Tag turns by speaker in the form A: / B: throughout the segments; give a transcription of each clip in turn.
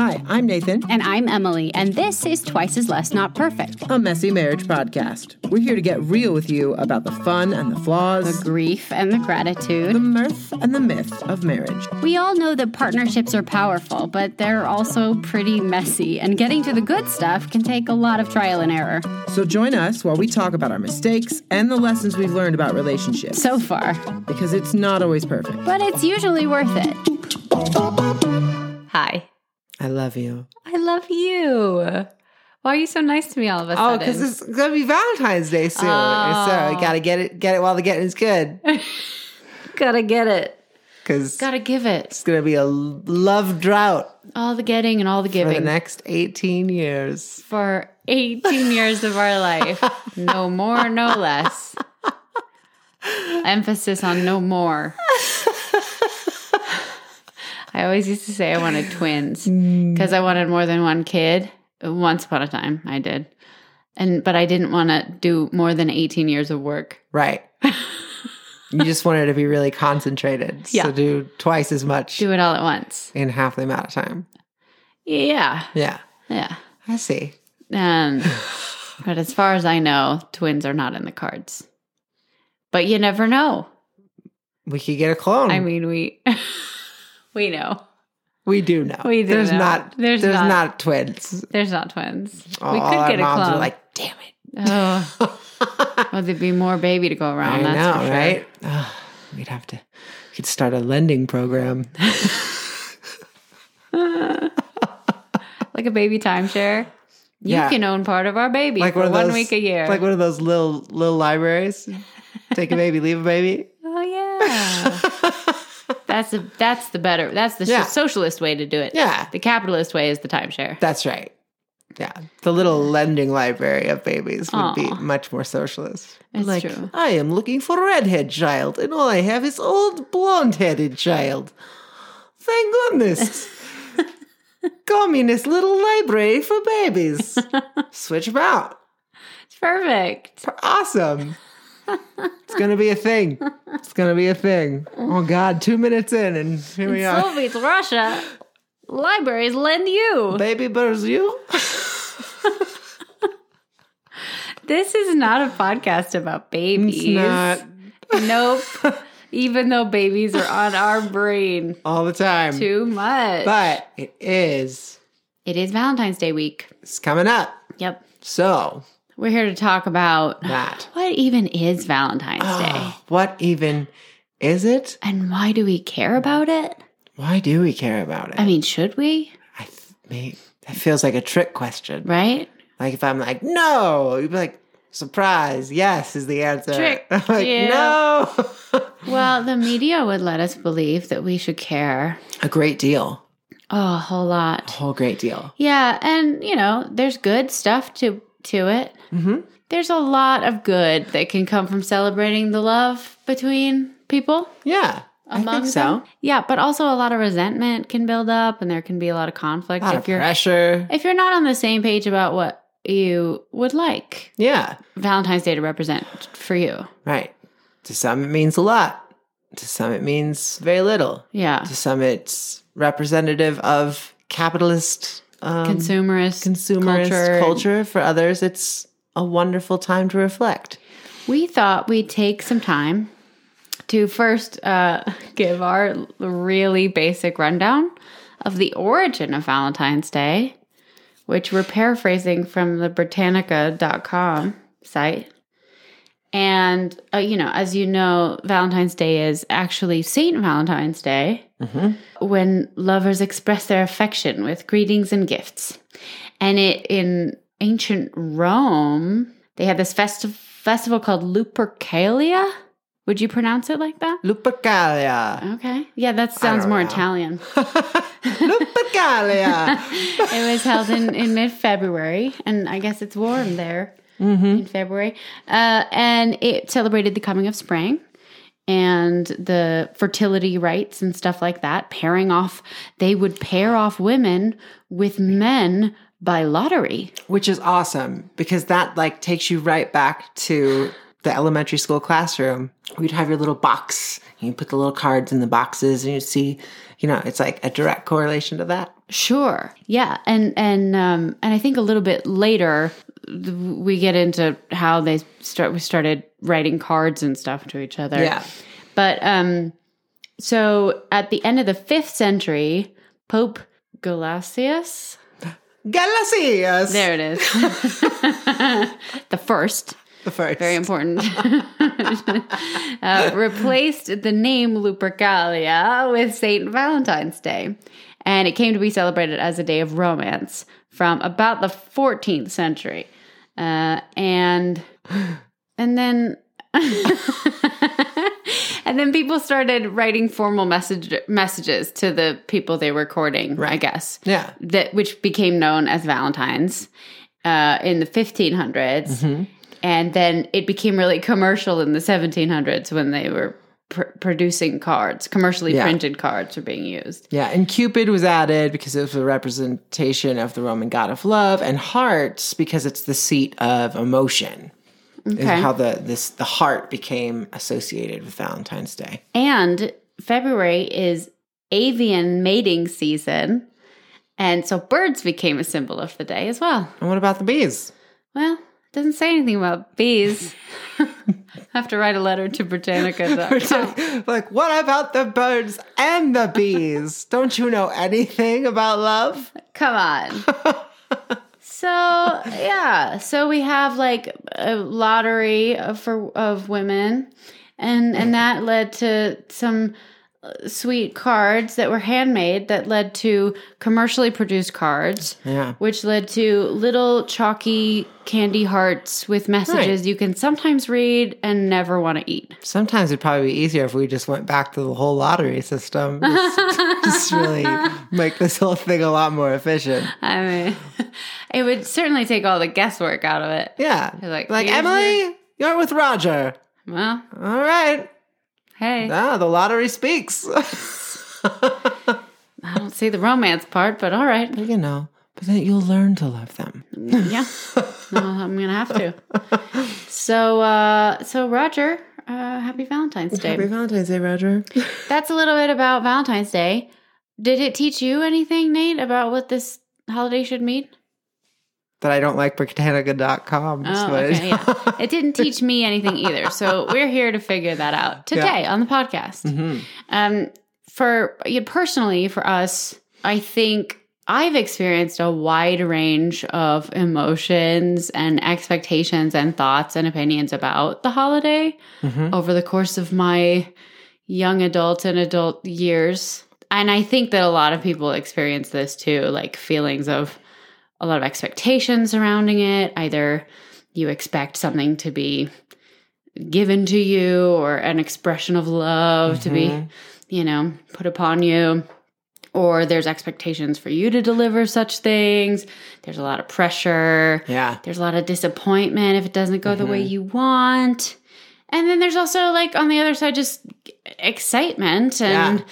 A: I'm Nathan,
B: And I'm Emily, and this is Twice as Less Not Perfect.
A: a messy marriage podcast. We're here to get real with you about the fun and the flaws,
B: The grief and the
A: the
B: gratitude.
A: mirth and the myth of marriage.
B: We all know that partnerships are powerful, but they're also pretty messy, and getting to the good stuff can take a lot of trial and error.
A: So join us while we talk about our mistakes and the lessons we've learned about relationships
B: So far,
A: because it's not always perfect.
B: but it's usually worth it.
C: Hi.
A: I love you.
C: I love you. Why are you so nice to me all of a
D: Oh,
C: sudden?
D: because it's gonna be Valentine's Day soon, so
C: Oh.
D: you gotta get it, get it while the getting's good,
C: gotta get it.
D: because
C: Gotta give it.
D: it's gonna be a l- love drought
C: All the getting and all the
D: for the
C: giving.
D: next eighteen years.
C: for 18 years of our life. No more, no less. Emphasis on no more. I always used to say I wanted twins because I wanted more than one kid. Once upon a time, I did. And but I didn't want to do more than 18 years of work.
D: Right. you just wanted to be really concentrated,
C: Yeah.
D: so do twice as much
C: Do it all at once.
D: in half the amount of time.
C: Yeah.
D: Yeah,
C: Yeah.
D: I see.
C: Um, but as far as I know, twins are not in the cards. But you never know.
D: We could get a clone.
C: I mean, we we know
D: we do know.
C: we do
D: There's
C: know.
D: not.
C: There's
D: There's, not,
C: not.
D: twins.
C: there's not twins. we
D: All
C: could
D: our
C: get a
D: moms
C: clone.
D: Are like, damn it.
C: oh, well, there'd be more baby to go
D: I
C: around. Oh, that's
D: know,
C: for sure.
D: right? Ugh, we'd have to. We could start a lending program.
C: Like a baby timeshare. You
D: Yeah.
C: can own part of our baby for one week a year.
D: Like one of those little little libraries. Take a baby, leave a baby.
C: oh yeah. that's a, that's the better. That's the
D: Yeah.
C: socialist way to do it.
D: Yeah.
C: The capitalist way is the timeshare.
D: That's right. Yeah. The little lending library of babies would be
C: Aw.
D: much more socialist.
C: It's
D: like,
C: true.
D: I am looking for a redhead child, and all I have is old blonde headed child. Thank goodness. Communist little library for babies. Switch them out.
C: It's perfect.
D: Awesome. it's gonna be a thing. It's gonna be a thing. Oh God, two minutes in and here we are.
C: Soviets, Russia, libraries lend you.
D: Baby birds you?
C: This is not a podcast about babies.
D: It's not
C: Nope. Even though babies are on our brain
D: all the time.
C: too much.
D: But it is.
C: it is Valentine's Day week.
D: It's coming up.
C: Yep.
D: So
C: We're here to talk about
D: that.
C: what even is Valentine's Day
D: Oh, what even is it?
C: and why do we care about it?
D: Why do we care about it?
C: I mean, should we?
D: I th- me- that feels like a trick question.
C: Right?
D: Like if I'm like, no, you'd be like, surprise, yes is the answer.
C: Tricked
D: I'm like,
C: you.
D: no.
C: Well, the media would let us believe that we should care
D: a great deal.
C: oh, a whole
D: A
C: lot.
D: whole great deal.
C: Yeah, and you know, there's good stuff to to it.
D: Mm-hmm.
C: There's a lot of good that can come from celebrating the love between people.
D: Yeah. I
C: among
D: think so.
C: them. Yeah, but also a lot of resentment can build up, and there can be a lot of
D: A
C: conflict
D: lot
C: if
D: of
C: you're
D: pressure.
C: if you're not on the same page about what you would like
D: Yeah.
C: Valentine's Day to represent for you.
D: Right. To some, it means a lot. To some, it means very little.
C: Yeah,
D: To some, it's representative of capitalist um,
C: consumerist,
D: consumerist
C: culture.
D: culture. For others, it's a wonderful time to reflect.
C: We thought we'd take some time to first uh, give our really basic rundown of the origin of Valentine's Day, which we're paraphrasing from the Britannica.com site. And, uh, you know, as you know, Valentine's Day is actually St. Valentine's Day when lovers express their affection with greetings and gifts. And it in ancient Rome, they had this festi- festival called Lupercalia. Would you pronounce it like that?
D: Lupercalia.
C: Okay. Yeah, that sounds
D: don't
C: more
D: know.
C: Italian.
D: Lupercalia.
C: it was held in, in mid February, and I guess it's warm there in February. Uh, and it celebrated the coming of spring and the fertility rites and stuff like that. Pairing off, they would pair off women with men by lottery.
D: Which is awesome because that like takes you right back to the elementary school classroom, we'd have your little box. You put the little cards in the boxes and you see, you know, it's like a direct correlation to that.
C: Sure. Yeah. And and um and I think a little bit later th- we get into how they start we started writing cards and stuff to each other.
D: Yeah.
C: But um so at the end of the 5th century, Pope Gelasius
D: Galasias.
C: there it is. the first,
D: The first.
C: very important. uh, replaced the name Lupercalia with St. Valentine's Day. And it came to be celebrated as a day of romance from about the 14th century. Uh, and and then and then people started writing formal message messages to the people they were courting, I guess
D: yeah.
C: that which became known as Valentine's uh, in the 1500s, and then it became really commercial in the 1700s when they were pr- producing cards, commercially
D: Yeah.
C: printed cards were being used.
D: Yeah, and Cupid was added because it was a representation of the Roman god of love, and hearts because it's the seat of emotion. Okay. Is how the this the heart became associated with Valentine's Day.
C: And February is avian mating season, and so birds became a symbol of the day as well.
D: And what about the bees?
C: Well, it doesn't say anything about bees. I have to write a letter to
D: It's
C: Britannica.
D: like, like, what about the birds and the bees? Don't you know anything about love?
C: Come on. so yeah, so we have like a lottery of, for of women, and and that led to some uh, sweet cards that were handmade that led to commercially produced cards
D: Yeah.
C: which led to little chalky candy hearts with messages you can sometimes read and never want to eat
D: Sometimes it'd probably be easier if we just went back to the whole lottery system. Just, just really make this whole thing a lot more efficient.
C: i mean it would certainly take all the guesswork out of it
D: Yeah.
C: You're like,
D: Like,
C: "Here's
D: Emily, you're with Roger.
C: well
D: All right.
C: hey
D: Ah, the lottery speaks.
C: I don't see the romance part, but all right.
D: you know, but then you'll learn to love them.
C: Yeah. No, I'm going to have to. So, uh, so Roger, uh, happy Valentine's Day.
D: Happy Valentine's Day, Roger.
C: That's a little bit about Valentine's Day. Did it teach you anything, Nate, about what this holiday should mean?
D: that I don't like Britannica.com. is
C: Oh,
D: what it-
C: okay. Yeah. It didn't teach me anything either. So we're here to figure that out today on the podcast.
D: Mhm.
C: Um, for you personally, for us, I think I've experienced a wide range of emotions and expectations and thoughts and opinions about the holiday
D: Mhm.
C: over the course of my young adult and adult years. And I think that a lot of people experience this too, like feelings of a lot of expectations surrounding it. Either you expect something to be given to you or an expression of love to
D: Mhm.
C: be, you know, put upon you. Or there's expectations for you to deliver such things. There's a lot of pressure.
D: Yeah.
C: There's a lot of disappointment if it doesn't go the way
D: Mm-hmm.
C: you want. And then there's also like on the other side just excitement and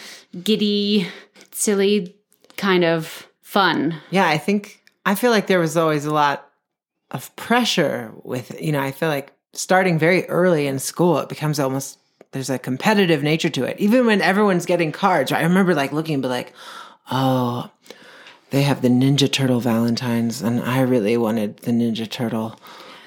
C: giddy, silly kind of fun.
D: Yeah. I think, I feel like there was always a lot of pressure with, you know, I feel like starting very early in school, it becomes almost, there's a competitive nature to it. Even when everyone's getting cards, right? I remember like looking and be like, oh, they have the Ninja Turtle Valentines, and I really wanted the Ninja Turtle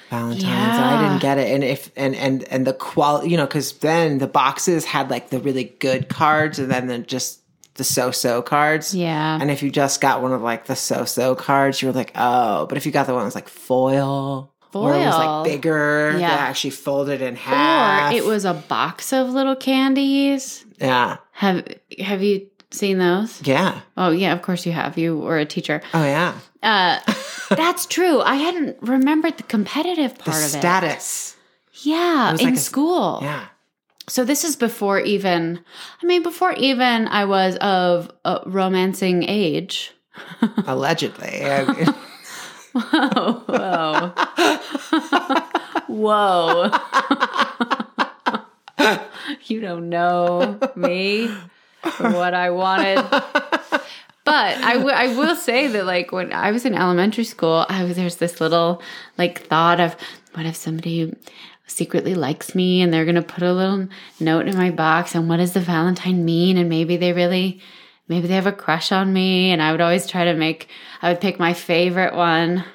D: Valentines. and I
C: Yeah.
D: didn't get it, and if and and and the quality, you know, because then the boxes had like the really good cards, and then the, just the so-so cards.
C: Yeah.
D: And if you just got one of like the so-so cards, you were like, oh. But if you got the one that was like foil, or it was
C: Foil.
D: like bigger,
C: Yeah.
D: that actually folded in half.
C: Or it was a box of little candies.
D: yeah,
C: Have have you seen those?
D: yeah,
C: Oh yeah, of course you have. You were a teacher.
D: oh yeah.
C: Uh that's true. I hadn't remembered the competitive
D: The
C: part of it.
D: status,
C: Yeah,
D: was
C: in
D: like a-
C: school.
D: yeah.
C: so this is before even i mean before even i was of uh, romancing age
D: Allegedly, I mean,
C: whoa whoa whoa you don't know me or what i wanted but I, w- I will say that like when i was in elementary school i was there's this little like thought of what if somebody secretly likes me and they're going to put a little note in my box on what does the valentine mean and maybe they really maybe they have a crush on me and I would always try to make I would pick my favorite one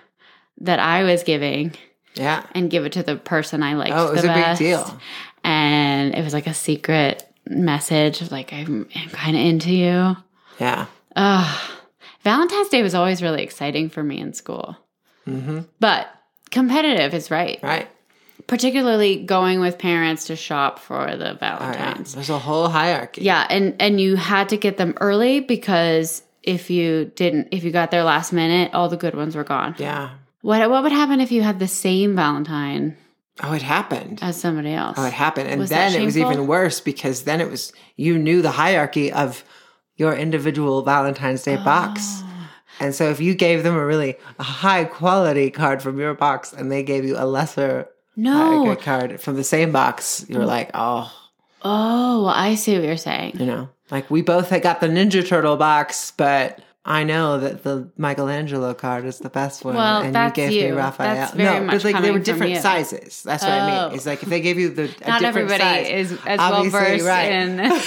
C: that I was giving
D: Yeah.
C: and give it to the person I liked
D: Oh, it was
C: the
D: a big
C: best.
D: deal.
C: And it was like a secret message of like I'm, I'm kind of into you.
D: Yeah.
C: Ugh. Valentine's Day was always really exciting for me in school.
D: Mm-hmm.
C: But competitive is right.
D: Right.
C: Particularly going with parents to shop for the
D: All right.
C: Valentine's.
D: There's a whole hierarchy.
C: Yeah, and and you had to get them early because if you didn't if you got there last minute, all the good ones were gone.
D: Yeah.
C: What what would happen if you had the same Valentine
D: Oh, it happened.
C: as somebody else?
D: Oh, it happened. And
C: Was that
D: then it was
C: shameful?
D: even worse because then it was you knew the hierarchy of your individual Valentine's Day box.
C: Ah.
D: And so if you gave them a really high quality card from your box and they gave you a lesser
C: No. Mm.
D: high card from the same box, you're like, oh,
C: Oh, I see what you're saying.
D: you know, like we both had got the Ninja Turtle box, but I know that the Michelangelo card is the best one,
C: Well,
D: and
C: that's
D: you gave
C: you.
D: me Raphael.
C: That's very
D: no,
C: much
D: but like they
C: coming
D: were
C: from
D: different
C: you.
D: sizes. That's what I
C: Oh.
D: mean. It's like if they gave you the a
C: Not
D: different
C: everybody
D: size,
C: is as well
D: obviously,
C: versed
D: right.
C: in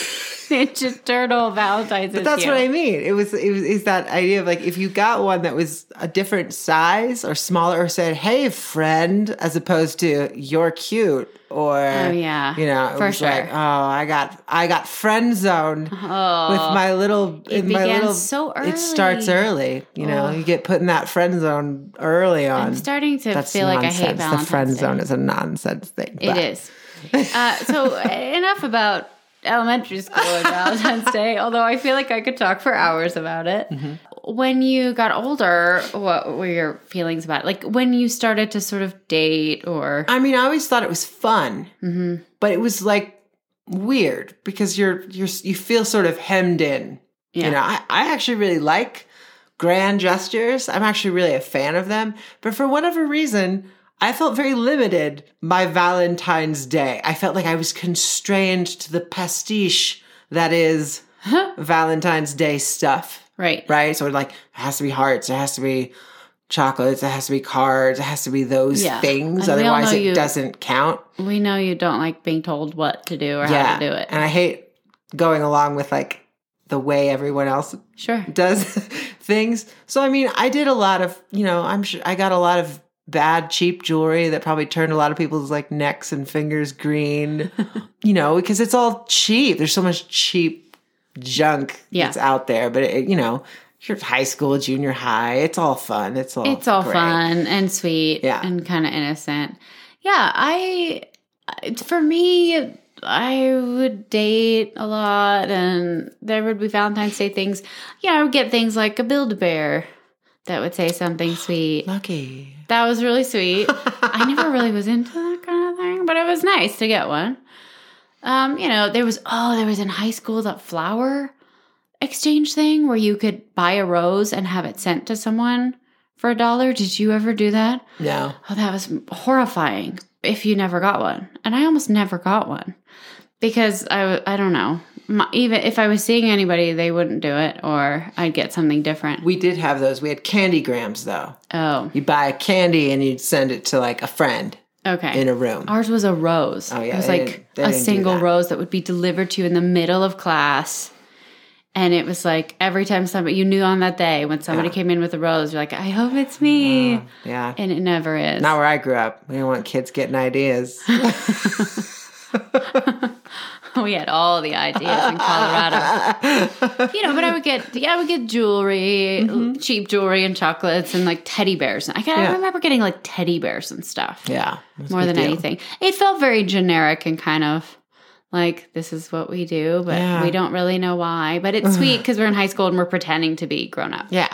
C: Ninja Turtle Valentine's.
D: But that's
C: you.
D: what I mean. It was it was is that idea of like if you got one that was a different size or smaller or said, "Hey, friend," as opposed to "You're cute" or
C: Oh, yeah.
D: you know, it
C: For
D: was like,
C: sure. Oh.
D: "Oh, I got I got friend zoned with my little
C: It
D: in my
C: began
D: little."
C: so
D: It starts
C: early.
D: early. You know,
C: Ugh.
D: you get put in that friend zone early on.
C: I'm starting to
D: that's
C: feel like I
D: nonsense.
C: hate Valentine's.
D: The friend
C: Day.
D: zone is a nonsense thing.
C: It is. Uh, so enough about elementary school and Valentine's Day. Although I feel like I could talk for hours about it.
D: Mm-hmm.
C: When you got older, what were your feelings about it? Like when you started to sort of date or
D: I mean, I always thought it was fun,
C: Mhm.
D: but it was like weird because you're you're you feel sort of hemmed in.
C: Yeah.
D: You know, I, I actually really like grand gestures. I'm actually really a fan of them, but for whatever reason, I felt very limited by Valentine's Day. I felt like I was constrained to the pastiche that is Valentine's Day stuff
C: right?
D: right? So like, it has to be hearts, it has to be chocolates, it has to be cards, it has to be those
C: Yeah.
D: things.
C: And we all
D: Otherwise,
C: know
D: it
C: you-
D: doesn't count.
C: We know you don't like being told what to do or how to do it.
D: and I hate going along with like the way everyone else
C: Sure.
D: does things. So I mean, I did a lot of, you know, I'm sure I got a lot of bad cheap jewelry that probably turned a lot of people's like necks and fingers green, you know, because it's all cheap. There's so much cheap junk
C: Yeah.
D: that's out there, but it, you know, your high school, junior high, it's all fun. It's all
C: It's all
D: great.
C: fun and sweet
D: Yeah.
C: and kind of innocent. Yeah, I it- for me I would date a lot and there would be Valentine's Day things. Yeah, I would get things like a Build-A-Bear that would say something sweet.
D: Lucky.
C: That was really sweet. I never really was into that kind of thing, but it was nice to get one. Um, you know, there was oh, there was in high school that flower exchange thing where you could buy a rose and have it sent to someone for a dollar. Did you ever do that?
D: No.
C: Oh, that was horrifying if you never got one. And I almost never got one because I, w- I don't know. My, even if I was seeing anybody, they wouldn't do it or I'd get something different.
D: We did have those. We had candy grams though.
C: oh,
D: You buy a candy and you'd send it to like a friend
C: okay.
D: in a room.
C: Ours was a rose.
D: Oh, yeah,
C: It was
D: they
C: like
D: didn't- they
C: a
D: didn't do
C: single
D: that.
C: rose that would be delivered to you in the middle of class. And it was like every time somebody you knew on that day when somebody
D: Yeah.
C: came in with a rose, you're like, I hope it's me.
D: Yeah.
C: and it never is.
D: Not where I grew up. We didn't want kids getting ideas.
C: we had all the ideas in Colorado. you know, but I would get yeah, I would get jewelry, cheap jewelry and chocolates and like teddy bears. I, got,
D: Mm-hmm. Yeah.
C: I remember getting like teddy bears and stuff.
D: yeah.
C: more than
D: deal.
C: anything. It felt very generic and kind of like this is what we do, but
D: Yeah.
C: we don't really know why. But it's sweet because we're in high school and we're pretending to be grown up.
D: Yeah.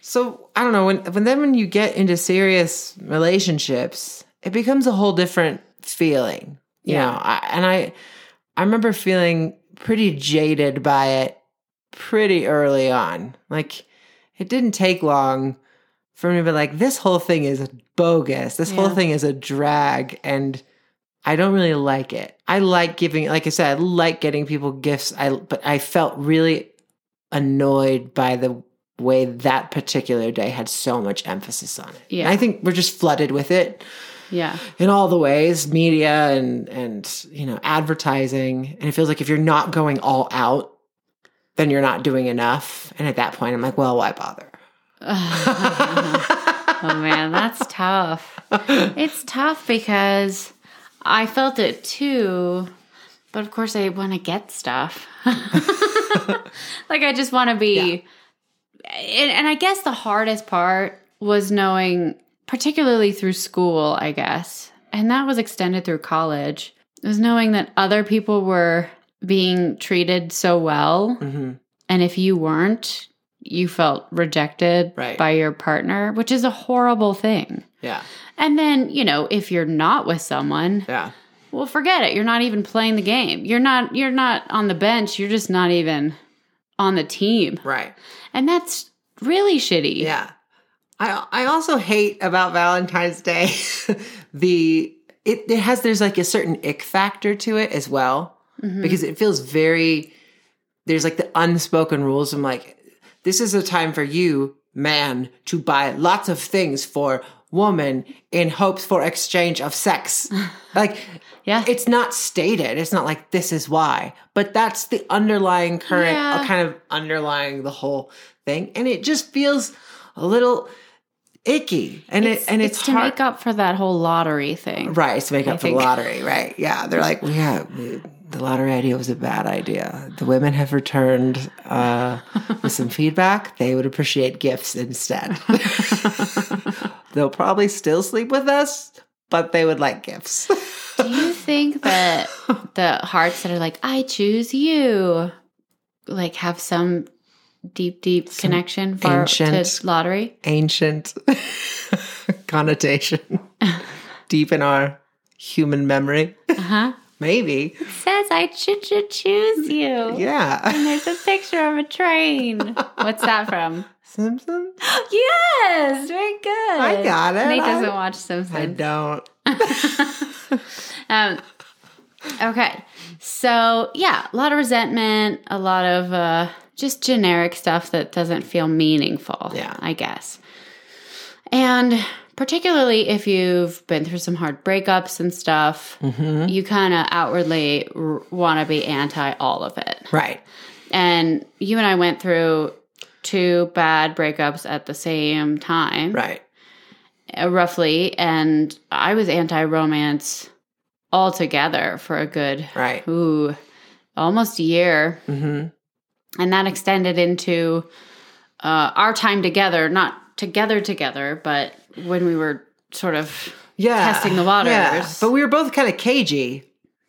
D: So I don't know when, when then when you get into serious relationships, it becomes a whole different feeling. You
C: Yeah.
D: know, I, and I I remember feeling pretty jaded by it pretty early on. Like it didn't take long for me to be like, this whole thing is bogus. This whole
C: Yeah.
D: thing is a drag, and I don't really like it. I like giving, like I said, I like getting people gifts. I but I felt really annoyed by the way that particular day had so much emphasis on it.
C: Yeah.
D: And I think we're just flooded with it.
C: Yeah.
D: in all the ways media and and you know advertising and it feels like if you're not going all out then you're not doing enough and at that point i'm like well why bother
C: Oh man, that's tough. It's tough because I felt it too, but of course I want to get stuff. like I just want to be and, and I guess the hardest part was knowing particularly through school, I guess. And that was extended through college. Was knowing that other people were being treated so well
D: mm-hmm.
C: and if you weren't, you felt rejected
D: Right.
C: by your partner, which is a horrible thing.
D: yeah
C: And then, you know, if you're not with someone,
D: yeah
C: well, forget it. You're not even playing the game. You're not you're not on the bench. You're just not even on the team.
D: right
C: And that's really shitty.
D: yeah i i also hate about valentine's day the it, it has there's like a certain ick factor to it as well
C: Mhm.
D: because it feels very there's like the unspoken rules i'm like this is a time for you man to buy lots of things for woman in hopes for exchange of sex like
C: Yeah.
D: it's not stated it's not like this is why but that's the underlying current
C: Yeah.
D: uh, kind of underlying the whole thing and it just feels a little icky and
C: It's,
D: it and it's,
C: it's, to
D: hard
C: make up for that whole lottery thing.
D: Right, it's to make up
C: I
D: for the
C: think.
D: lottery, right? Yeah, they're like, yeah, we- the lottery idea was a bad idea. The women have returned uh, with some feedback. They would appreciate gifts instead. They'll probably still sleep with us, but they would like gifts.
C: Do you think that the hearts that are like, I choose you, like have some deep, deep connection for
D: ancient-
C: to lottery?
D: Ancient connotation deep in our human memory.
C: Uh-huh.
D: Maybe.
C: It says I should, should choose you.
D: Yeah.
C: There's a picture of a train. What's that from?
D: Simpson?
C: yes, very good.
D: I got it.
C: Nate
D: I-
C: doesn't watch
D: I
C: Simpsons.
D: don't.
C: Um, okay, so yeah, a lot of resentment, a lot of uh, just generic stuff that doesn't feel meaningful.
D: Yeah.
C: I guess. And particularly if you've been through some hard breakups and stuff, you kind of outwardly r- want to be anti all of it.
D: Right.
C: and you and I went through two bad breakups at the same time,
D: Right.
C: uh, roughly. And I was anti romance altogether for a good,
D: Right.
C: ooh, almost a year.
D: Mm-hmm.
C: And that extended into uh, our time together, not together, together, but when we were sort of,
D: yeah,
C: testing the waters.
D: But we were both kind of cagey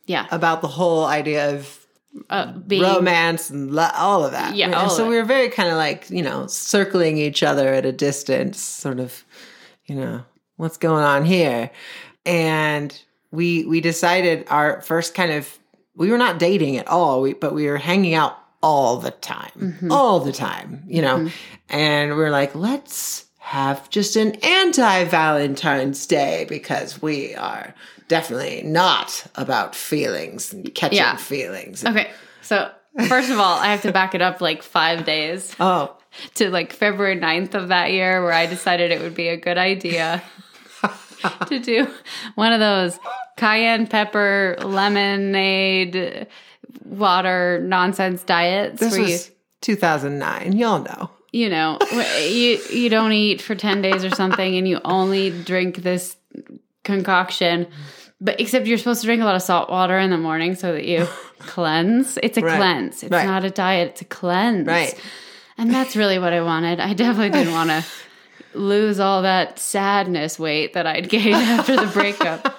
C: yeah,
D: about the whole idea of
C: uh, being.
D: romance and lo- all of that.
C: Yeah,
D: And
C: all of
D: so
C: it.
D: we were very kind of like you know circling each other at a distance, sort of, you know, what's going on here, and we we decided our first kind of we were not dating at all, we, but we were hanging out all the time,
C: Mm-hmm.
D: all the time, you know, and we we're like, let's have just an anti Valentine's Day because we are definitely not about feelings and catching
C: Yeah. Uh,
D: feelings.
C: Okay, so. First of all, I have to back it up like five days.
D: Oh,
C: to like February 9th of that year where I decided it would be a good idea to do one of those cayenne pepper lemonade water nonsense diets
D: This
C: where
D: was 2009. Y'all know.
C: you you know wh- you you don't eat for 10 days or something and you only drink this concoction but except you're supposed to drink a lot of salt water in the morning so that you cleanse it's a
D: Right.
C: cleanse it's
D: Right.
C: not a diet it's a cleanse
D: Right.
C: and that's really what I wanted. I definitely didn't want to lose all that sadness weight that I'd gained after the breakup.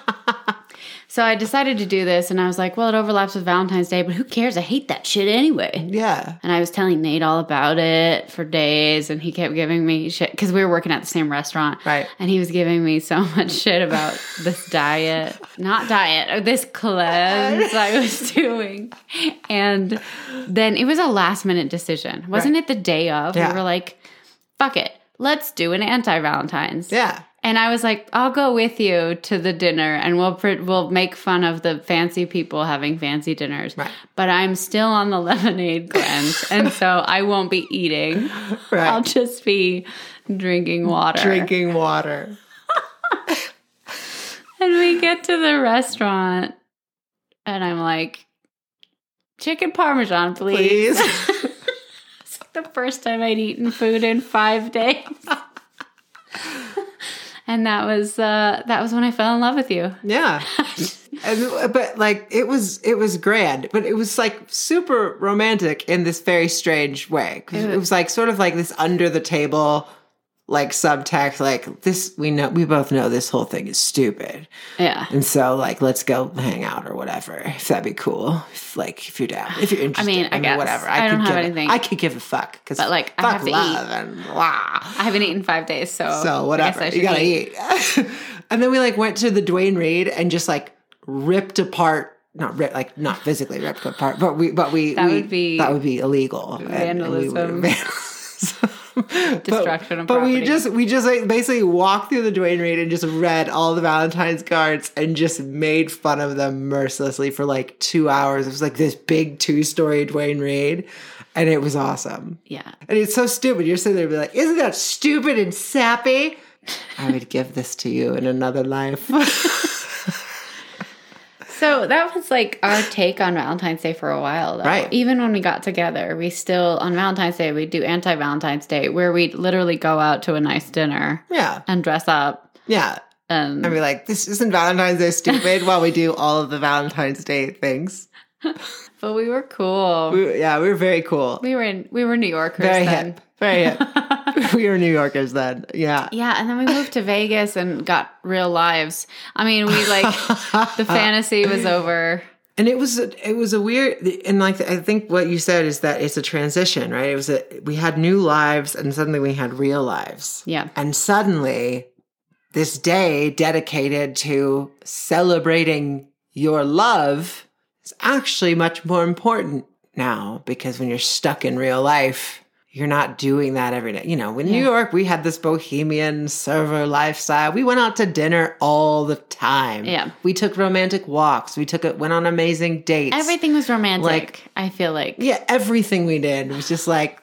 C: So I decided to do this and I was like, well, it overlaps with Valentine's Day, but who cares? I hate that shit anyway.
D: Yeah.
C: And I was telling Nate all about it for days and he kept giving me shit because we were working at the same restaurant.
D: Right.
C: And he was giving me so much shit about this diet, not diet, oh, this cleanse I was doing. And then it was a last minute decision. Wasn't it the day of?
D: Yeah.
C: We were like, fuck it, let's do an anti Valentine's.
D: Yeah.
C: And I was like, I'll go with you to the dinner and we'll pr- we'll make fun of the fancy people having fancy dinners.
D: Right.
C: But I'm still on the lemonade cleanse and so I won't be eating.
D: Right.
C: I'll just be drinking water.
D: Drinking water.
C: And we get to the restaurant, and I'm like, chicken parmesan, please.
D: Please.
C: it's like the first time I'd eaten food in five days. and that was uh, that was when I fell in love with you.
D: Yeah. And, but like it was it was grand, but it was like super romantic in this very strange way. 'Cause It was like sort of like this under the table like subtext like this we know we both know this whole thing is stupid.
C: Yeah.
D: And so like let's go hang out or whatever. If that'd be cool. If, like if you're down. If you're interested.
C: mean, I guess.
D: whatever.
C: I
D: could
C: don't have
D: give a-
C: anything.
D: I could give a fuck cuz
C: But, like, I
D: fuck
C: have to eat.
D: love and blah.
C: I haven't eaten in five days, so
D: So
C: I guess
D: whatever.
C: I
D: you
C: should
D: gotta eat. and then we like went to the Dwayne Reed and just like ripped apart. Not rip, like not physically ripped apart, but we but we
C: That
D: we-
C: would be
D: that would be illegal And- and we
C: vandalism.
D: would- vandalism. But-
C: Destruction of
D: but
C: property.
D: we just we just like basically walked through the Dwayne Reed and just read all the Valentine's cards and just made fun of them mercilessly for like two hours. It was like this big two story Dwayne Reed, and it was awesome.
C: Yeah.
D: And it's so stupid. You're sitting there be like, isn't that stupid and sappy? I would give this to you in another life.
C: So that was like our take on Valentine's Day for a while, though.
D: Right.
C: Even when we got together, we still on Valentine's Day we do anti Valentine's Day where we literally go out to a nice dinner
D: yeah.
C: and dress up
D: Yeah.
C: and
D: I'd be like, this isn't Valentine's Day stupid while we do all of the Valentine's Day things.
C: but we were cool. We,
D: We, yeah, we were very cool.
C: were in we were New Yorkers
D: very
C: then.
D: hip. Very hip. we were New Yorkers then. Yeah.
C: Yeah, and then we moved to Vegas and got real lives. I mean, we like the fantasy was over.
D: And it was it was a weird and like I think what you said is that it's a transition, right? It was a we had new lives and suddenly we had real lives.
C: Yeah.
D: And suddenly, this day dedicated to celebrating your love is actually much more important now because when you're stuck in real life, you're not doing that every day. You know, in New York, we had this bohemian server lifestyle. We went out to dinner all the time.
C: Yeah.
D: We took romantic walks. We took it, went on amazing dates.
C: Everything was romantic.
D: Like-
C: I feel like
D: Yeah, everything we did was just like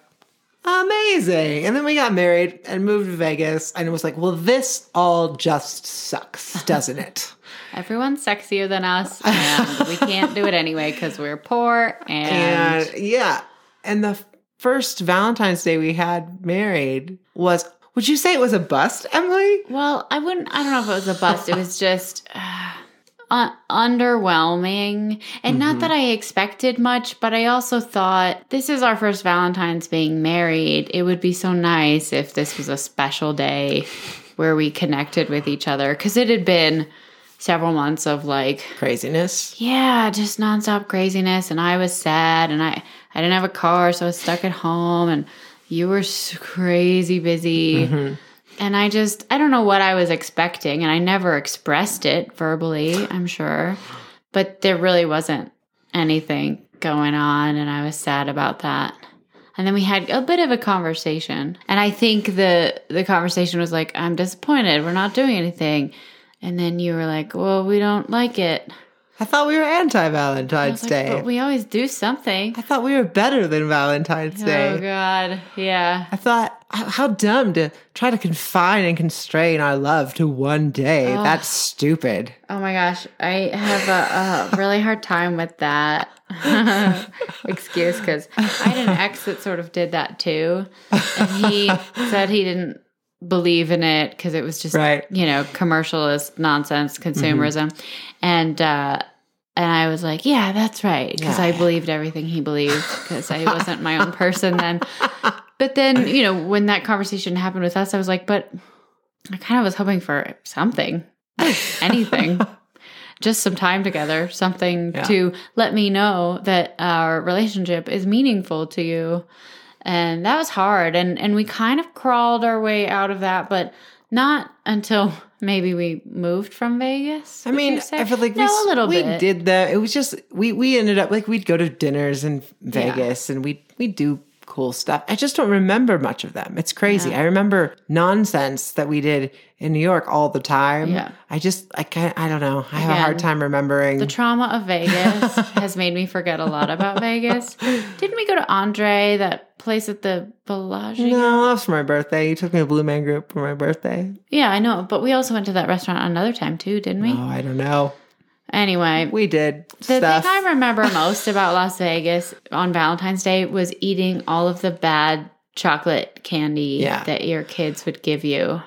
D: amazing. And then we got married and moved to Vegas, and it was like, well, this all just sucks, doesn't it?
C: Everyone's sexier than us, and we can't do it anyway because we're poor. And,
D: and yeah, and the first Valentine's Day we had married was. Would you say it was a bust, Emily?
C: well, I wouldn't. I don't know if it was a bust. It was just uh, un- underwhelming, and not that I expected much, but I also thought this is our first Valentine's being married. It would be so nice if this was a special day where we connected with each other because it had been several months of like
D: Craziness.
C: yeah, just nonstop craziness. And I was sad, and I I didn't have a car, so I was stuck at home. And you were s- crazy busy, and I just I don't know what I was expecting, and I never expressed it verbally. I'm sure, but there really wasn't anything going on, and I was sad about that. And then we had a bit of a conversation, and I think the the conversation was like, "I'm disappointed. We're not doing anything." And then you were like, "Well, we don't like it."
D: I thought we were anti
C: I
D: Valentine's
C: was like,
D: Day.
C: But we always do something.
D: I thought we were better than Valentine's Day.
C: Oh God, yeah.
D: I thought, how, how dumb to try to confine and constrain our love to one day. That's stupid.
C: Oh my gosh, I have a, a really hard time with that excuse because I had an ex that sort of did that too, and he said he didn't believe in it because it was just
D: Right. Mm-hmm.
C: you know commercialist nonsense, consumerism, and. uh and I was like, yeah, that's right. Because
D: Yeah,
C: I
D: yeah.
C: believed everything he believed because I wasn't my own person then. But then, you know, when that conversation happened with us, I was like, but I kind of was hoping for something, anything, just some time together, something
D: Yeah.
C: to let me know that our relationship is meaningful to you. And that was hard. And, and we kind of crawled our way out of that, but not until maybe we moved from Vegas.
D: I
C: would
D: mean,
C: you say?
D: I feel like
C: no,
D: we, s-
C: a little
D: we
C: bit.
D: did that. It was just we we ended up like we'd go to dinners in Vegas and we we do cool stuff. I just don't remember much of them. It's crazy. I remember nonsense that we did in New York all the time.
C: Yeah.
D: I just I can't I don't know. I have a hard
C: Again,
D: time remembering.
C: The trauma of Vegas has made me forget a lot about Vegas. Didn't we go to Andre, that place at the Bellagio?
D: no, that was for my birthday. You took me to Blue Man Group for my birthday.
C: Yeah, I know. But we also went to that restaurant another time too, didn't we?
D: Oh, I don't know.
C: Anyway,
D: We did
C: the
D: stuff.
C: thing I remember most about Las Vegas on Valentine's Day was eating all of the bad chocolate candy
D: Yeah.
C: that your kids would give you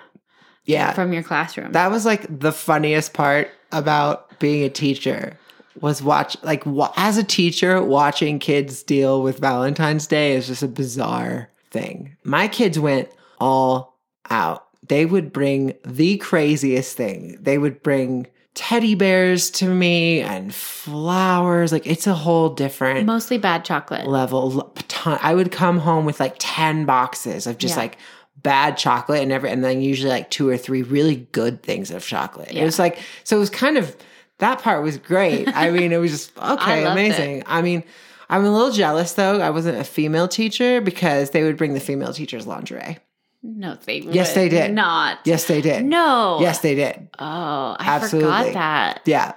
D: yeah,
C: from your classroom.
D: that was like the funniest part about being a teacher was watch like wa- as a teacher watching kids deal with valentine's day is just a bizarre thing my kids went all out they would bring the craziest thing they would bring teddy bears to me and flowers like it's a whole different
C: Mostly bad chocolate.
D: level l- ton. I would come home with like 10 boxes of just
C: Yeah.
D: like bad chocolate and every and then usually like two or three really good things of chocolate. It
C: Yeah.
D: was like so it was kind of that part was great. I mean, it was just okay,
C: loved it.
D: amazing. I mean, I'm a little jealous though. I wasn't a female teacher because they would bring the female teachers lingerie.
C: No, they
D: Yes,
C: would
D: they did.
C: Not.
D: Yes, they did.
C: No.
D: Yes, they did.
C: Oh, I
D: Absolutely.
C: forgot that.
D: Yeah,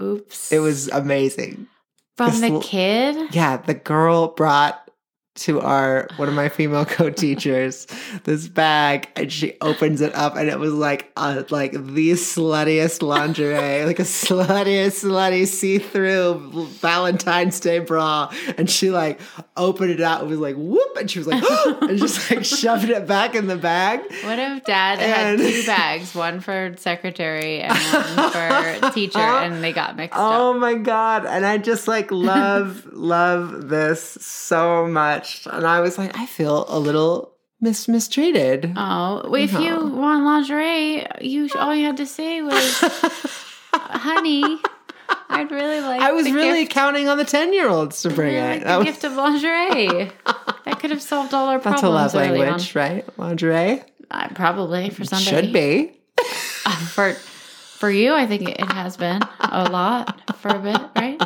C: Oops.
D: it was amazing.
C: from
D: this
C: the
D: l-
C: kid.
D: Yeah, the girl brought to our one of my female co-teachers this bag and she opens it up and it was like uh, like the sluttiest lingerie like a sluttiest slutty see-through valentine's day bra and she like opened it out and was like whoop and she was like and just like shoved it back in the bag
C: What if dad had
D: And-
C: two bags, one for secretary and one for teacher, and they got mixed up?
D: Oh my god! And I just like love love this so much. And I was like, I feel a little mis mistreated.
C: Oh, if you want lingerie, you sh- all you had to say was, "Honey, I'd really like."
D: I was
C: the
D: really
C: gift,
D: counting on the ten year olds to bring
C: really
D: it.
C: like
D: That
C: the
D: was-
C: gift of lingerie. that could have solved all our
D: that's
C: problems.
D: a love
C: early
D: language, right? Lingerie
C: on. Uh, probably for somebody
D: should be.
C: for for you. I think it has been a lot for a bit, right?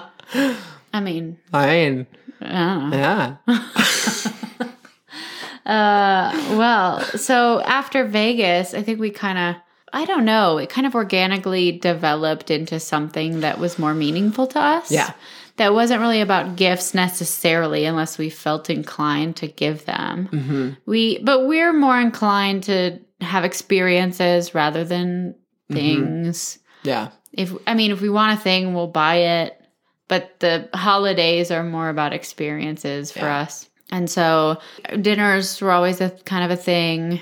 C: I mean,
D: I mean,
C: I don't know.
D: yeah.
C: Uh, well, so after Vegas, I think we kind of, I don't know, it kind of organically developed into something that was more meaningful to us.
D: Yeah.
C: That wasn't really about gifts necessarily, unless we felt inclined to give them.
D: Mm. Mm-hmm.
C: We, but we're more inclined to have experiences rather than things.
D: Yeah.
C: If I mean, if we want a thing, we'll buy it. But the holidays are more about experiences for
D: Yeah.
C: us, and so dinners were always a kind of a thing.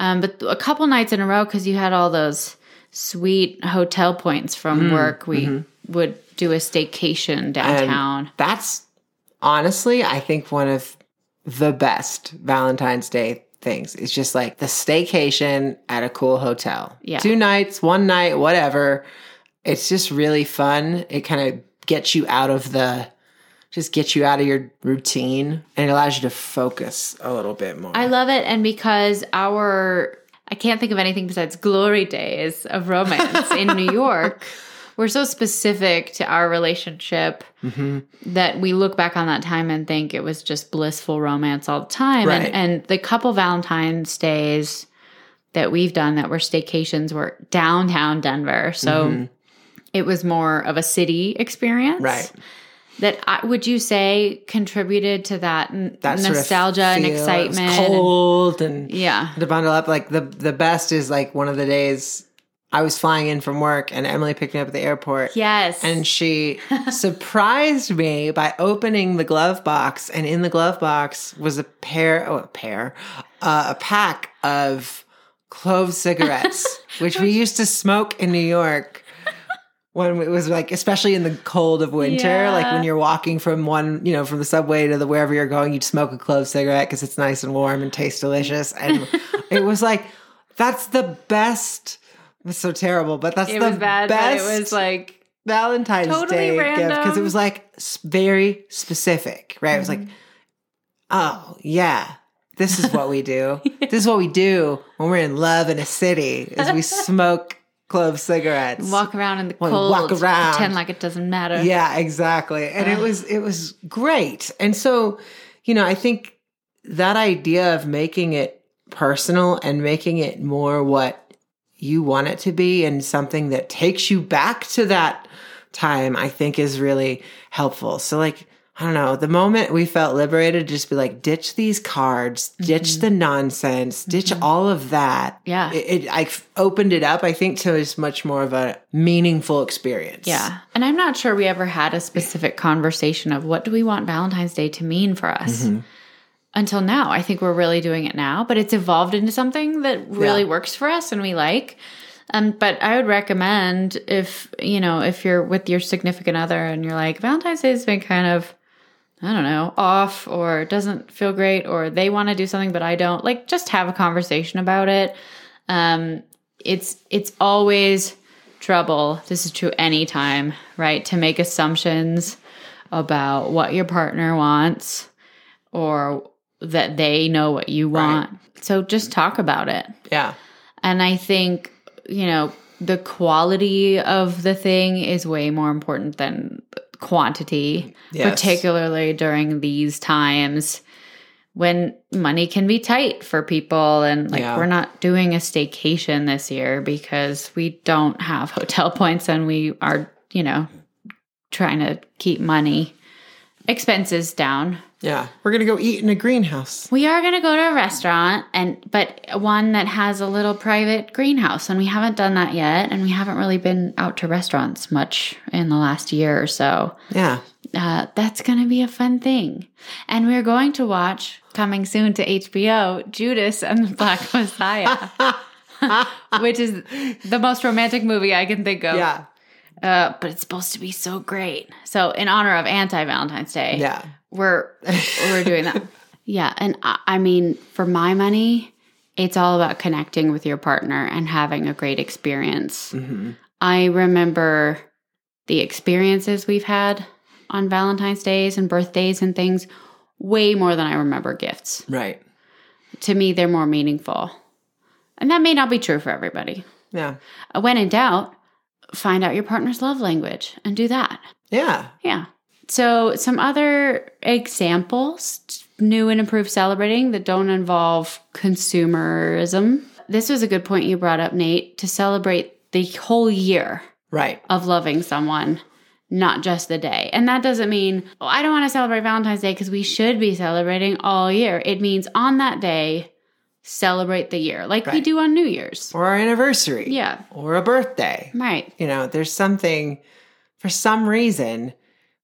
C: Um, but a couple nights in a row, because you had all those sweet hotel points from work, we would do a staycation downtown.
D: That's honestly, I think one of the best Valentine's Day things. It's just like the staycation at a cool hotel.
C: Yeah.
D: Two nights, one night, whatever. It's just really fun. It kind of gets you out of the just gets you out of your routine and it allows you to focus a little bit more.
C: I love it, and because our I can't think of anything besides glory days of romance in New York. We're so specific to our relationship
D: Mm-hmm.
C: that we look back on that time and think it was just blissful romance all the time.
D: Right.
C: And, and the couple Valentine's days that we've done that were staycations were downtown Denver, so
D: Mm-hmm.
C: it was more of a city experience,
D: Right.
C: That I, would you say contributed to that, n-
D: That sort of
C: nostalgia and
D: feel. It was
C: excitement? and-
D: cold and
C: yeah.
D: to bundle up like the the best is like one of the days i was flying in from work and emily picked me up at the airport
C: Yes.
D: and she surprised me by opening the glove box and in the glove box was a pair oh a pair uh, a pack of clove cigarettes which we used to smoke in new york when it was like especially in the cold of winter like
C: Yeah.
D: when you're walking from one you know from the subway to the wherever you're going you'd smoke a clove cigarette because it's nice and warm and tastes delicious and it was like that's the best it was so terrible but that's
C: it
D: the
C: was bad,
D: best
C: but it was like
D: Valentine's
C: Totally
D: Day gift because it
C: random.
D: was like s- very specific, right? It was like, oh yeah, this is what we do. This is what we do when we're in love in a city is we smoke clove cigarettes.
C: walk around in the
D: Wanna
C: cold,
D: walk around.
C: pretend like it doesn't matter.
D: yeah, exactly. And it was it was great. And so, you know, I think that idea of making it personal and making it more what you want it to be and something that takes you back to that time, I think is really helpful. So, like, I don't know, the moment we felt liberated, just be like, ditch these cards, ditch the nonsense, ditch all of that.
C: Mm-hmm. Yeah.
D: It, it, I f- opened it up, I think, to as much more of a meaningful experience.
C: Yeah. And I'm not sure we ever had a specific conversation of what do we want Valentine's Day to mean for us
D: Mm-hmm.
C: until now. I think we're really doing it now, but it's evolved into something that really
D: Yeah.
C: works for us and we like. Um, but I would recommend if, you know, if you're with your significant other and you're like, Valentine's Day has been kind of, I don't know, off or doesn't feel great or they want to do something, but I don't, like just have a conversation about it. Um, it's, it's always, trouble. This is true anytime, right? To make assumptions about what your partner wants or that they know what you want. So just talk about it.
D: Yeah.
C: And I think, you know, the quality of the thing is way more important than quantity,
D: Yes.
C: particularly during these times when money can be tight for people. And like,
D: Yeah.
C: we're not doing a staycation this year because we don't have hotel points and we are, you know, trying to keep money expenses down.
D: Yeah. We're going to go eat in a greenhouse.
C: We are going to go to a restaurant and but one that has a little private greenhouse and we haven't done that yet and we haven't really been out to restaurants much in the last year or so.
D: Yeah.
C: Uh, that's going to be a fun thing. And we're going to watch coming soon to HBO Judas and the Black Messiah. Which is the most romantic movie I can think of.
D: Yeah.
C: Uh, but it's supposed to be so great. So, in honor of anti Valentine's Day,
D: Oh, Yeah.
C: we're we're doing that. Yeah, and I, I mean, for my money, it's all about connecting with your partner and having a great experience.
D: hmm
C: I remember the experiences we've had on Valentine's days and birthdays and things way more than I remember gifts.
D: Right.
C: To me, they're more meaningful. And that may not be true for everybody.
D: Yeah.
C: When in doubt, find out your partner's love language and do that.
D: Yeah.
C: Yeah. So, some other examples new and improved celebrating that don't involve consumerism. This was a good point you brought up, Nate, to celebrate the whole year
D: Right.
C: of loving someone, not just the day. And that doesn't mean, oh, I don't want to celebrate Valentine's Day because we should be celebrating all year. It means on that day, celebrate the year like we
D: Right.
C: do on New Year's.
D: Or our anniversary.
C: Yeah.
D: Or a birthday.
C: Right.
D: You know, there's something, for some reason,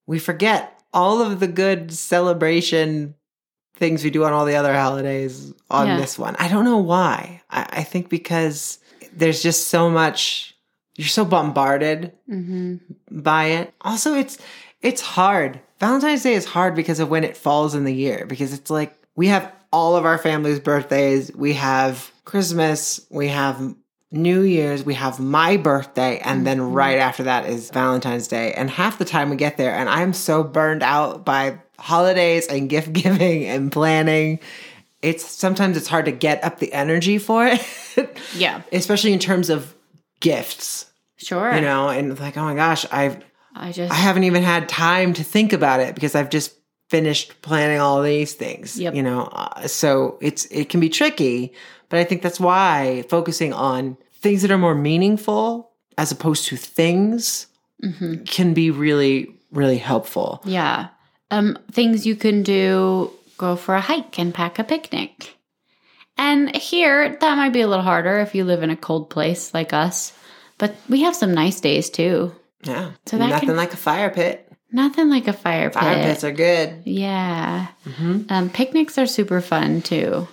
D: we forget all of the good celebration things we do on all the other holidays on
C: Yeah.
D: this one. I don't know why. I, I think because there's just so much, you're so bombarded
C: hmm
D: by it. Also, it's it's hard. Valentine's Day is hard because of when it falls in the year because it's like we have all of our family's birthdays, we have Christmas, we have New Year's, we have my birthday, and then right after that is Valentine's Day. And half the time we get there and I'm so burned out by holidays and gift giving and planning. It's sometimes it's hard to get up the energy for it,
C: Yeah.
D: especially in terms of gifts,
C: Sure.
D: you know, and it's like, oh my gosh, I've
C: I just.
D: I haven't even had time to think about it because I've just finished planning all these things.
C: Yep.
D: You know, uh, so it's it can be tricky, but I think that's why focusing on things that are more meaningful as opposed to things
C: Mhm.
D: can be really really helpful.
C: Yeah. Um, things you can do go for a hike and pack a picnic. And here, that might be a little harder if you live in a cold place like us, but we have some nice days too.
D: Yeah.
C: So that
D: nothing
C: can-
D: like a fire pit.
C: Nothing like a fire pit.
D: Fire pits are good.
C: Yeah.
D: Mm-hmm.
C: Um, picnics are super fun too.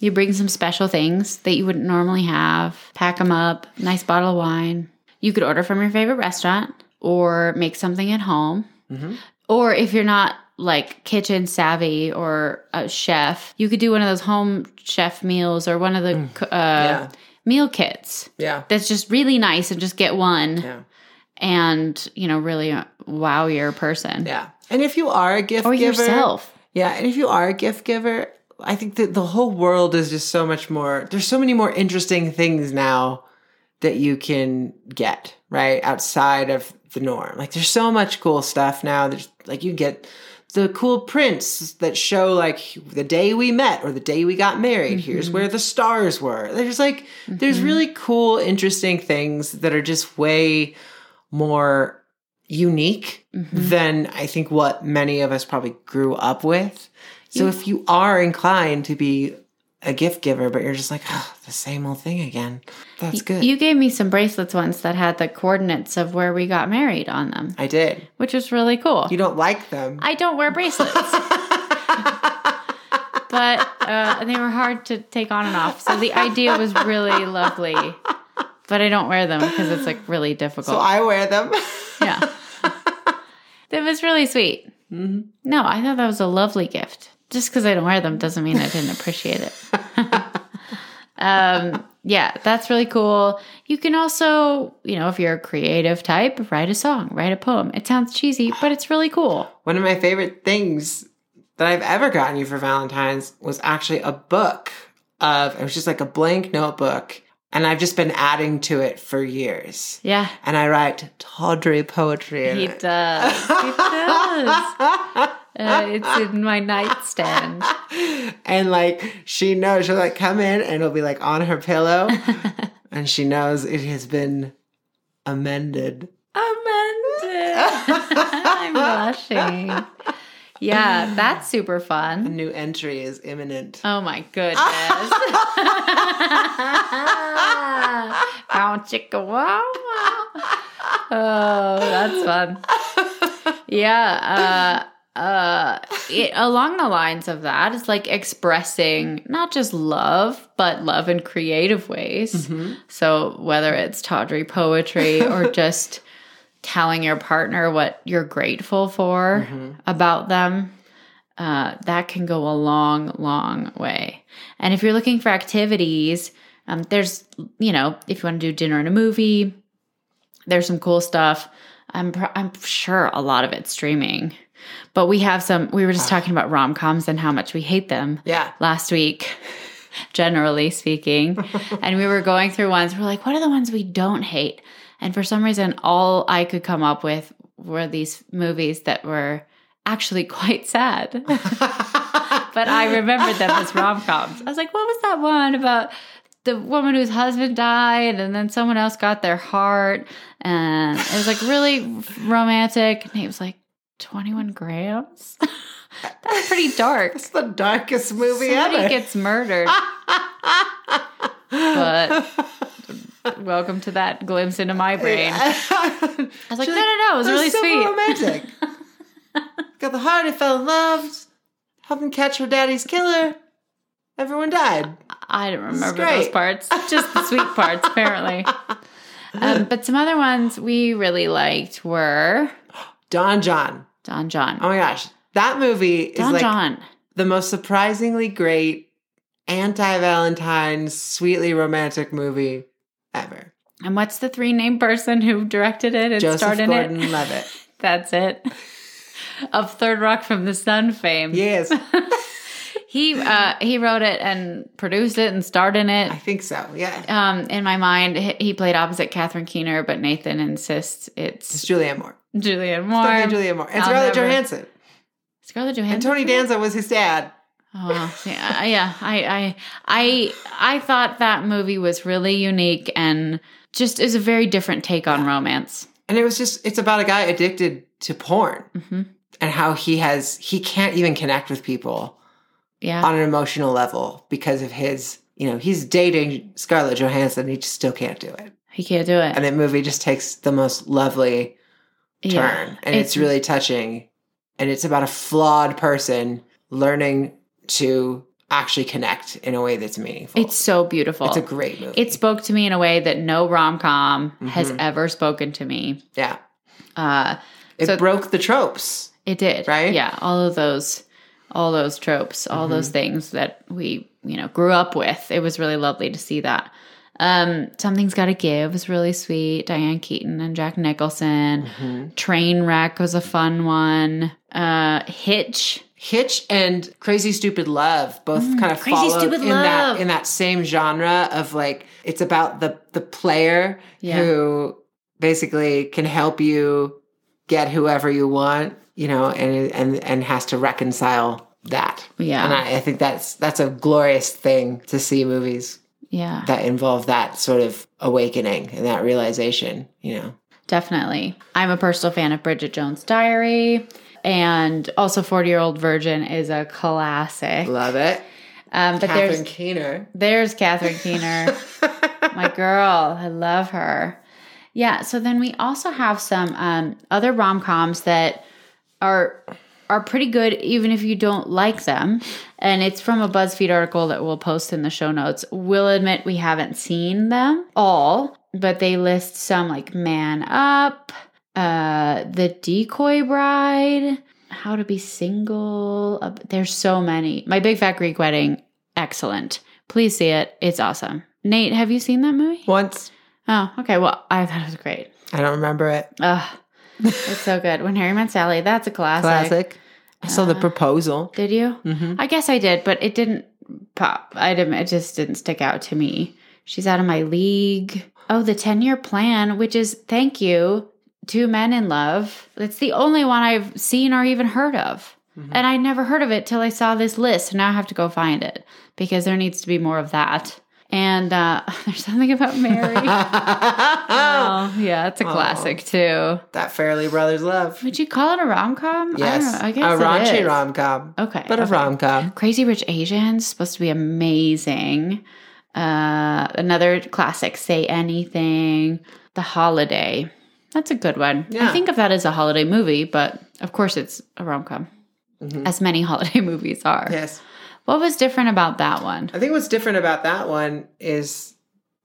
C: You bring some special things that you wouldn't normally have, pack them up, nice bottle of wine. You could order from your favorite restaurant or make something at home.
D: Mm-hmm.
C: Or if you're not like kitchen savvy or a chef, you could do one of those home chef meals or one of the uh,
D: Mm. Yeah.
C: meal kits
D: Yeah.
C: that's just really nice and just get one
D: Yeah.
C: and, you know, really uh, wow your person
D: Yeah. And if you are a gift
C: or
D: giver,
C: yourself.
D: Yeah, and if you are a gift giver, I think that the whole world is just so much more. There's so many more interesting things now that you can get right outside of the norm. Like there's so much cool stuff now. There's like you get the cool prints that show like the day we met or the day we got married. Here's where the stars were. There's like there's really cool, interesting things that are just way more unique than I think what many of us probably grew up with. So if you are inclined to be a gift giver, but you're just like, oh, the same old thing again. That's good.
C: You gave me some bracelets once that had the coordinates of where we got married on them,
D: I did.
C: which was really cool.
D: You don't like them.
C: I don't wear bracelets. but uh, they were hard to take on and off. So the idea was really lovely. But I don't wear them because it's like really difficult.
D: so I wear them.
C: yeah. Mm-hmm. That was really sweet. No, I thought that was a lovely gift. Just because I don't wear them doesn't mean I didn't appreciate it. um, yeah, that's really cool. You can also, you know, if you're a creative type, write a song, write a poem. It sounds cheesy, but it's really cool.
D: One of my favorite things that I've ever gotten you for Valentine's was actually a book of it was just like a blank notebook and I've just been adding to it for years.
C: Yeah.
D: And I write tawdry poetry. In
C: He
D: it.
C: does. He does. Uh, it's in my nightstand.
D: And like she knows she'll like come in and it'll be like on her pillow and she knows it has been amended.
C: Amanda. I'm blushing. Yeah, that's super
D: A
C: fun.
D: new entry is imminent.
C: Oh my goodness. Brown chicka wow wow. Oh, that's fun. Yeah. Uh, uh, it, along the lines of that is like expressing not just love, but love in creative ways. So whether it's tawdry poetry or just telling your partner what you're grateful for about them, uh, that can go a long, long way. And if you're looking for activities, um, there's, you know, if you want to do dinner and a movie, there's some cool stuff. I'm pr- I'm sure a lot of it's streaming, but we have some. We were just talking about rom coms and how much we hate them
D: Yeah.
C: last week, generally speaking. and we were going through ones, we're like, what are the ones we don't hate? And for some reason, all I could come up with were these movies that were actually quite sad. but I remembered them as rom coms. I was like, what was that one about? The woman whose husband died, and then someone else got their heart, and it was like really romantic. And he was like, 21 grams? That's pretty dark.
D: It's the darkest movie
C: Somebody
D: ever.
C: gets murdered. but welcome to that glimpse into my brain. I
D: I
C: was like, no, no, no, it was really
D: super
C: sweet.
D: romantic. Got the heart, he fell in love, helped him catch her daddy's killer. Everyone died.
C: I don't remember
D: great.
C: those parts, just the sweet parts, apparently. Um, but some other ones we really liked were
D: Don John.
C: Don John.
D: Oh my gosh. That movie is
C: Don
D: like
C: John.
D: the most surprisingly great anti Valentine, sweetly romantic movie ever.
C: And what's the three name person who directed it and starred
D: Joseph
C: in
D: Gordon
C: it?
D: Levitt.
C: That's it. of Third Rock from the Sun fame.
D: Yes,
C: He uh, he wrote it and produced it and starred in it.
D: I think so. Yeah.
C: um, in my mind, he he played opposite Catherine Keener, but Nathan insists
D: It's
C: it's
D: Julianne Moore.
C: Julianne
D: It's
C: Moore.
D: definitely Julianne Moore. And
C: I'll
D: Scarlett
C: never-
D: Johansson.
C: Scarlett
D: And
C: Johansson.
D: Tony Danza was his dad.
C: Oh, yeah, yeah. I, I, I, I thought that movie was really unique and just is a very different take on romance.
D: And it was just, it's about a guy addicted to porn
C: Mm-hmm.
D: and how he has, he can't even connect with people
C: Yeah,
D: on an emotional level because of his, you know, he's dating Scarlett Johansson. He just still can't do it.
C: he can't do it.
D: And that movie just takes the most lovely
C: Yeah.
D: turn and it's,
C: It's-
D: really touching. And it's about a flawed person learning to actually connect in a way that's meaningful.
C: It's so beautiful.
D: It's a great movie.
C: it spoke to me in a way that no rom com has
D: Mhm.
C: ever spoken to me.
D: yeah.
C: Uh,
D: It
C: So-
D: broke the tropes.
C: It did,
D: Right? Mm-hmm.
C: Yeah, all of those, all those tropes, all those things that we, you know, grew up with. It was really lovely to see that. Um, Something's Got to Give was really sweet. Diane Keaton and Jack Nicholson.
D: Mm-hmm.
C: Train Wreck was a fun one. Uh, Hitch.
D: Hitch and Crazy Stupid Love both kind of
C: Mm, Crazy
D: follow
C: Stupid
D: in
C: Love.
D: that in that same genre of like it's about the the player
C: Yeah.
D: who basically can help you get whoever you want you know, and and and has to reconcile that.
C: Yeah.
D: and I, I think that's that's a glorious thing to see movies
C: Yeah.
D: that involve that sort of awakening and that realization. You know,
C: Definitely. I'm a personal fan of Bridget Jones' Diary. And also, 40 Year Old Virgin is a classic.
D: love it.
C: Um, but
D: Catherine
C: there's
D: Keener.
C: there's Catherine Keener, my girl. I love her. Yeah. So then we also have some um, other rom coms that are are pretty good, even if you don't like them. And it's from a BuzzFeed article that we'll post in the show notes. We'll admit we haven't seen them all, but they list some like Man Up, uh, The Decoy Bride, How to Be Single. Uh, there's so many. My Big Fat Greek Wedding, excellent. Please see it. It's awesome. Nate, have you seen that movie?
D: Once
C: Oh, okay. Well, I thought it was great.
D: I don't remember it.
C: Ugh, it's so good. When Harry Met Sally, that's a
D: Classic. I saw the
C: Uh.
D: proposal.
C: Did you?
D: Mm-hmm.
C: I guess I did, but it didn't pop. I didn't. It just didn't stick out to me. She's out of my league. Oh, the ten-year plan, which is thank you, two men in love. That's the only one I've seen or even heard of, and I never heard of it till I saw this list. And now I have to go find it because there needs to be more of that. And uh, there's something about Mary. oh, yeah, it's a classic too.
D: that Fairly Brothers love.
C: Would you call it a rom com?
D: Yes,
C: I, don't know. I
D: a
C: guess it
D: raunchy
C: is.
D: rom com,
C: Okay,
D: but a
C: okay.
D: rom com.
C: Crazy Rich Asians supposed to be amazing. Uh, another classic, Say Anything, The Holiday. That's a good one. I
D: Yeah.
C: think of that as a holiday movie, but of course it's a rom com,
D: Mm-hmm.
C: as many holiday movies are.
D: Yes,
C: What was different about that one?
D: I think what's different about that one is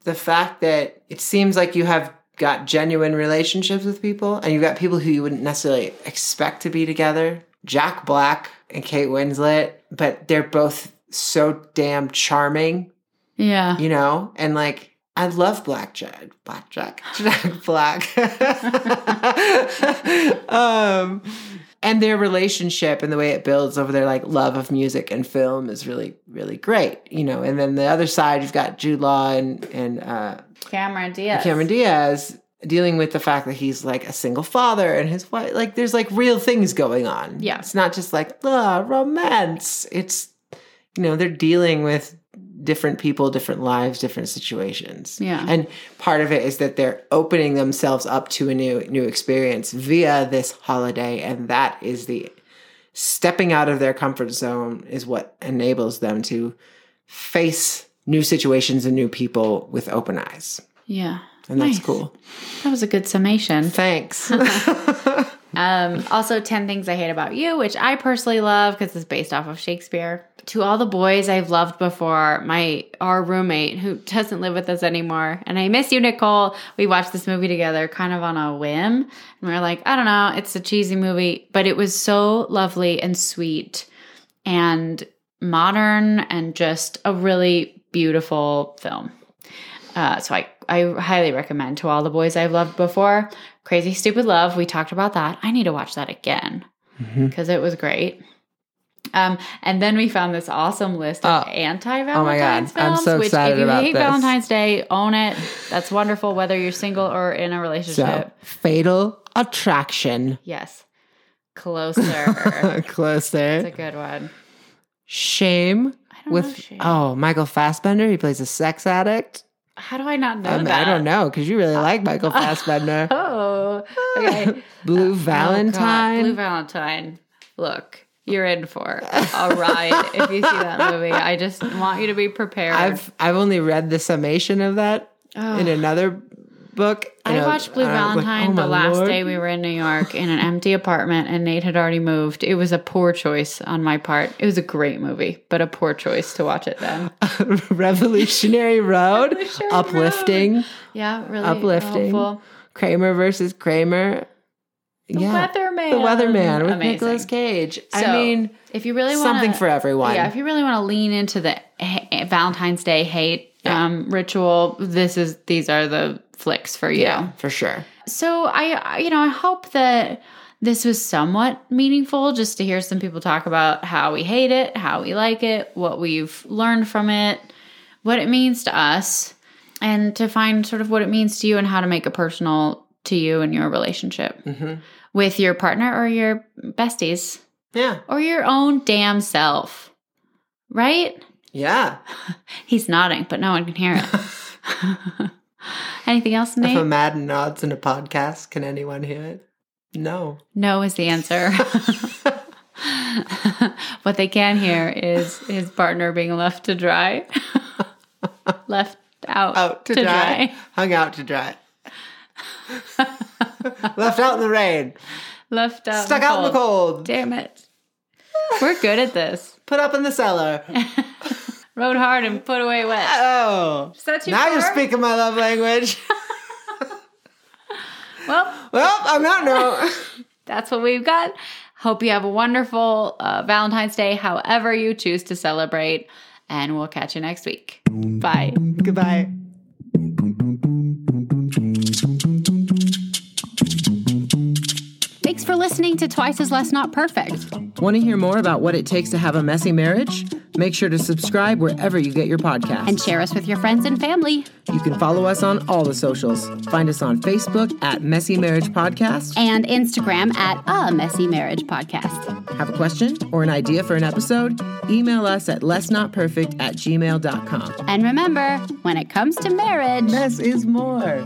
D: the fact that it seems like you have got genuine relationships with people, and you've got people who you wouldn't necessarily expect to be together. Jack Black and Kate Winslet, but they're both so damn charming
C: Yeah.
D: you know, and like I love black Jack, black Jack, Jack Black. um, and their relationship and the way it builds over their like love of music and film is really, really great, you know. And then the other side, you've got Jude Law and and uh,
C: Cameron Diaz.
D: Cameron Diaz dealing with the fact that he's like a single father and his wife like there's like real things going on.
C: Yeah.
D: It's not just like ah, romance. It's you know, they're dealing with different people, different lives, different situations.
C: Yeah.
D: And part of it is that they're opening themselves up to a new new experience via this holiday and that is the stepping out of their comfort zone is what enables them to face new situations and new people with open eyes.
C: Yeah.
D: And that's
C: Nice.
D: cool.
C: That was a good summation.
D: Thanks.
C: Um, also, 10 Things I Hate About You, which I personally love because it's based off of Shakespeare. To all the boys I've loved before, my our roommate who doesn't live with us anymore, and I miss you, Nicole. We watched this movie together kind of on a whim, and we were like, I don't know, it's a cheesy movie, but it was so lovely and sweet and modern and just a really beautiful film. Uh, so I, I highly recommend to all the boys I've loved before. Crazy Stupid Love, we talked about that. I need to watch that again
D: Mm-hmm.
C: because it was great. Um, and then we found this awesome list of
D: Oh.
C: anti
D: Oh my God.
C: Valentine's
D: I'm
C: films.
D: so
C: which, if
D: excited
C: you
D: about
C: hate
D: this.
C: Valentine's Day, own it. That's wonderful, whether you're single or in a relationship.
D: so, fatal attraction.
C: Yes, closer.
D: Close
C: It's a
D: there.
C: good one.
D: Shame
C: I don't know.
D: with
C: Shane.
D: oh Michael Fassbender. He plays a sex addict.
C: How do I not know
D: Um,
C: that?
D: I don't know because you really like Michael Fassbender.
C: Oh, okay.
D: Blue
C: Oh, God.
D: Valentine.
C: Blue Valentine. Look, you're in for a ride if you see that movie. I just want you to be prepared.
D: I've I've only read the summation of that in another book.
C: I
D: And
C: watched Blue
D: and I was like,
C: Valentine
D: oh my
C: the last
D: Lord.
C: day we were in New York in an empty apartment, and Nate had already moved. It was a poor choice on my part. It was a great movie, but a poor choice to watch it then.
D: Revolutionary Road,
C: Revolutionary
D: uplifting.
C: Yeah, really
D: Uplifting.
C: helpful.
D: Kramer versus Kramer.
C: The Weatherman.
D: The Weatherman with
C: Amazing.
D: Nicolas Cage.
C: So,
D: I mean,
C: if you really want
D: something for everyone.
C: Yeah, if you really want to lean into the ha- Valentine's Day hate um, ritual, this is these are the flicks for you.
D: yeah, for sure.
C: So I, I- you know, I hope that this was somewhat meaningful, just to hear some people talk about how we hate it, how we like it, what we've learned from it, what it means to us,
D: Mm-hmm.
C: and to find sort of what it means to you and how to make it personal to you and your relationship. with your partner or your besties
D: Yeah.
C: or your own damn self. Right?
D: Yeah.
C: He's nodding, but no one can hear it. Anything else,
D: If a
C: Nate?
D: man nods in a podcast, can anyone hear it? No.
C: No is the answer. what they can hear is his partner being left to dry, left out,
D: Out to, dry. Hung out to dry. Left out in the rain.
C: left out,
D: Stuck out in the cold.
C: Damn it! We're good at this.
D: Put up in the cellar.
C: Rode hard and put away wet.
D: Oh.
C: Is that too
D: Now you're
C: far?
D: speaking my love language.
C: Well,
D: well, I'm not no.
C: that's what we've got. Hope you have a wonderful uh, Valentine's Day, however you choose to celebrate, and we'll catch you next week. Bye.
D: Goodbye.
B: Thanks for listening to Twice as Less Not Perfect.
A: Want to hear more about what it takes to have a messy marriage? Make sure to subscribe wherever you get your podcast.
B: And share us with your friends and family.
A: You can follow us on all the socials. Find us on Facebook at Messy Marriage Podcast.
B: And Instagram at A Messy Marriage Podcast.
A: Have a question or an idea for an episode? Email us at lessnotperfect at gmail.com.
B: And remember, when it comes to marriage,
A: Less is more.